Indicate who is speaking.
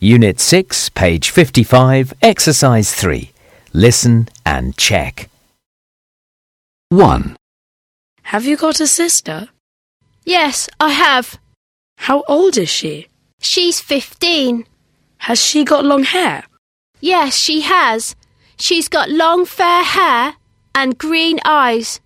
Speaker 1: Unit 6, page 55, exercise 3. Listen and check.
Speaker 2: 1,
Speaker 3: Have you got a sister?
Speaker 4: Yes, I have.
Speaker 3: How old is she?
Speaker 4: She's 15.
Speaker 3: Has she got long hair?
Speaker 4: Yes, she has. She's got long fair hair and green eyes.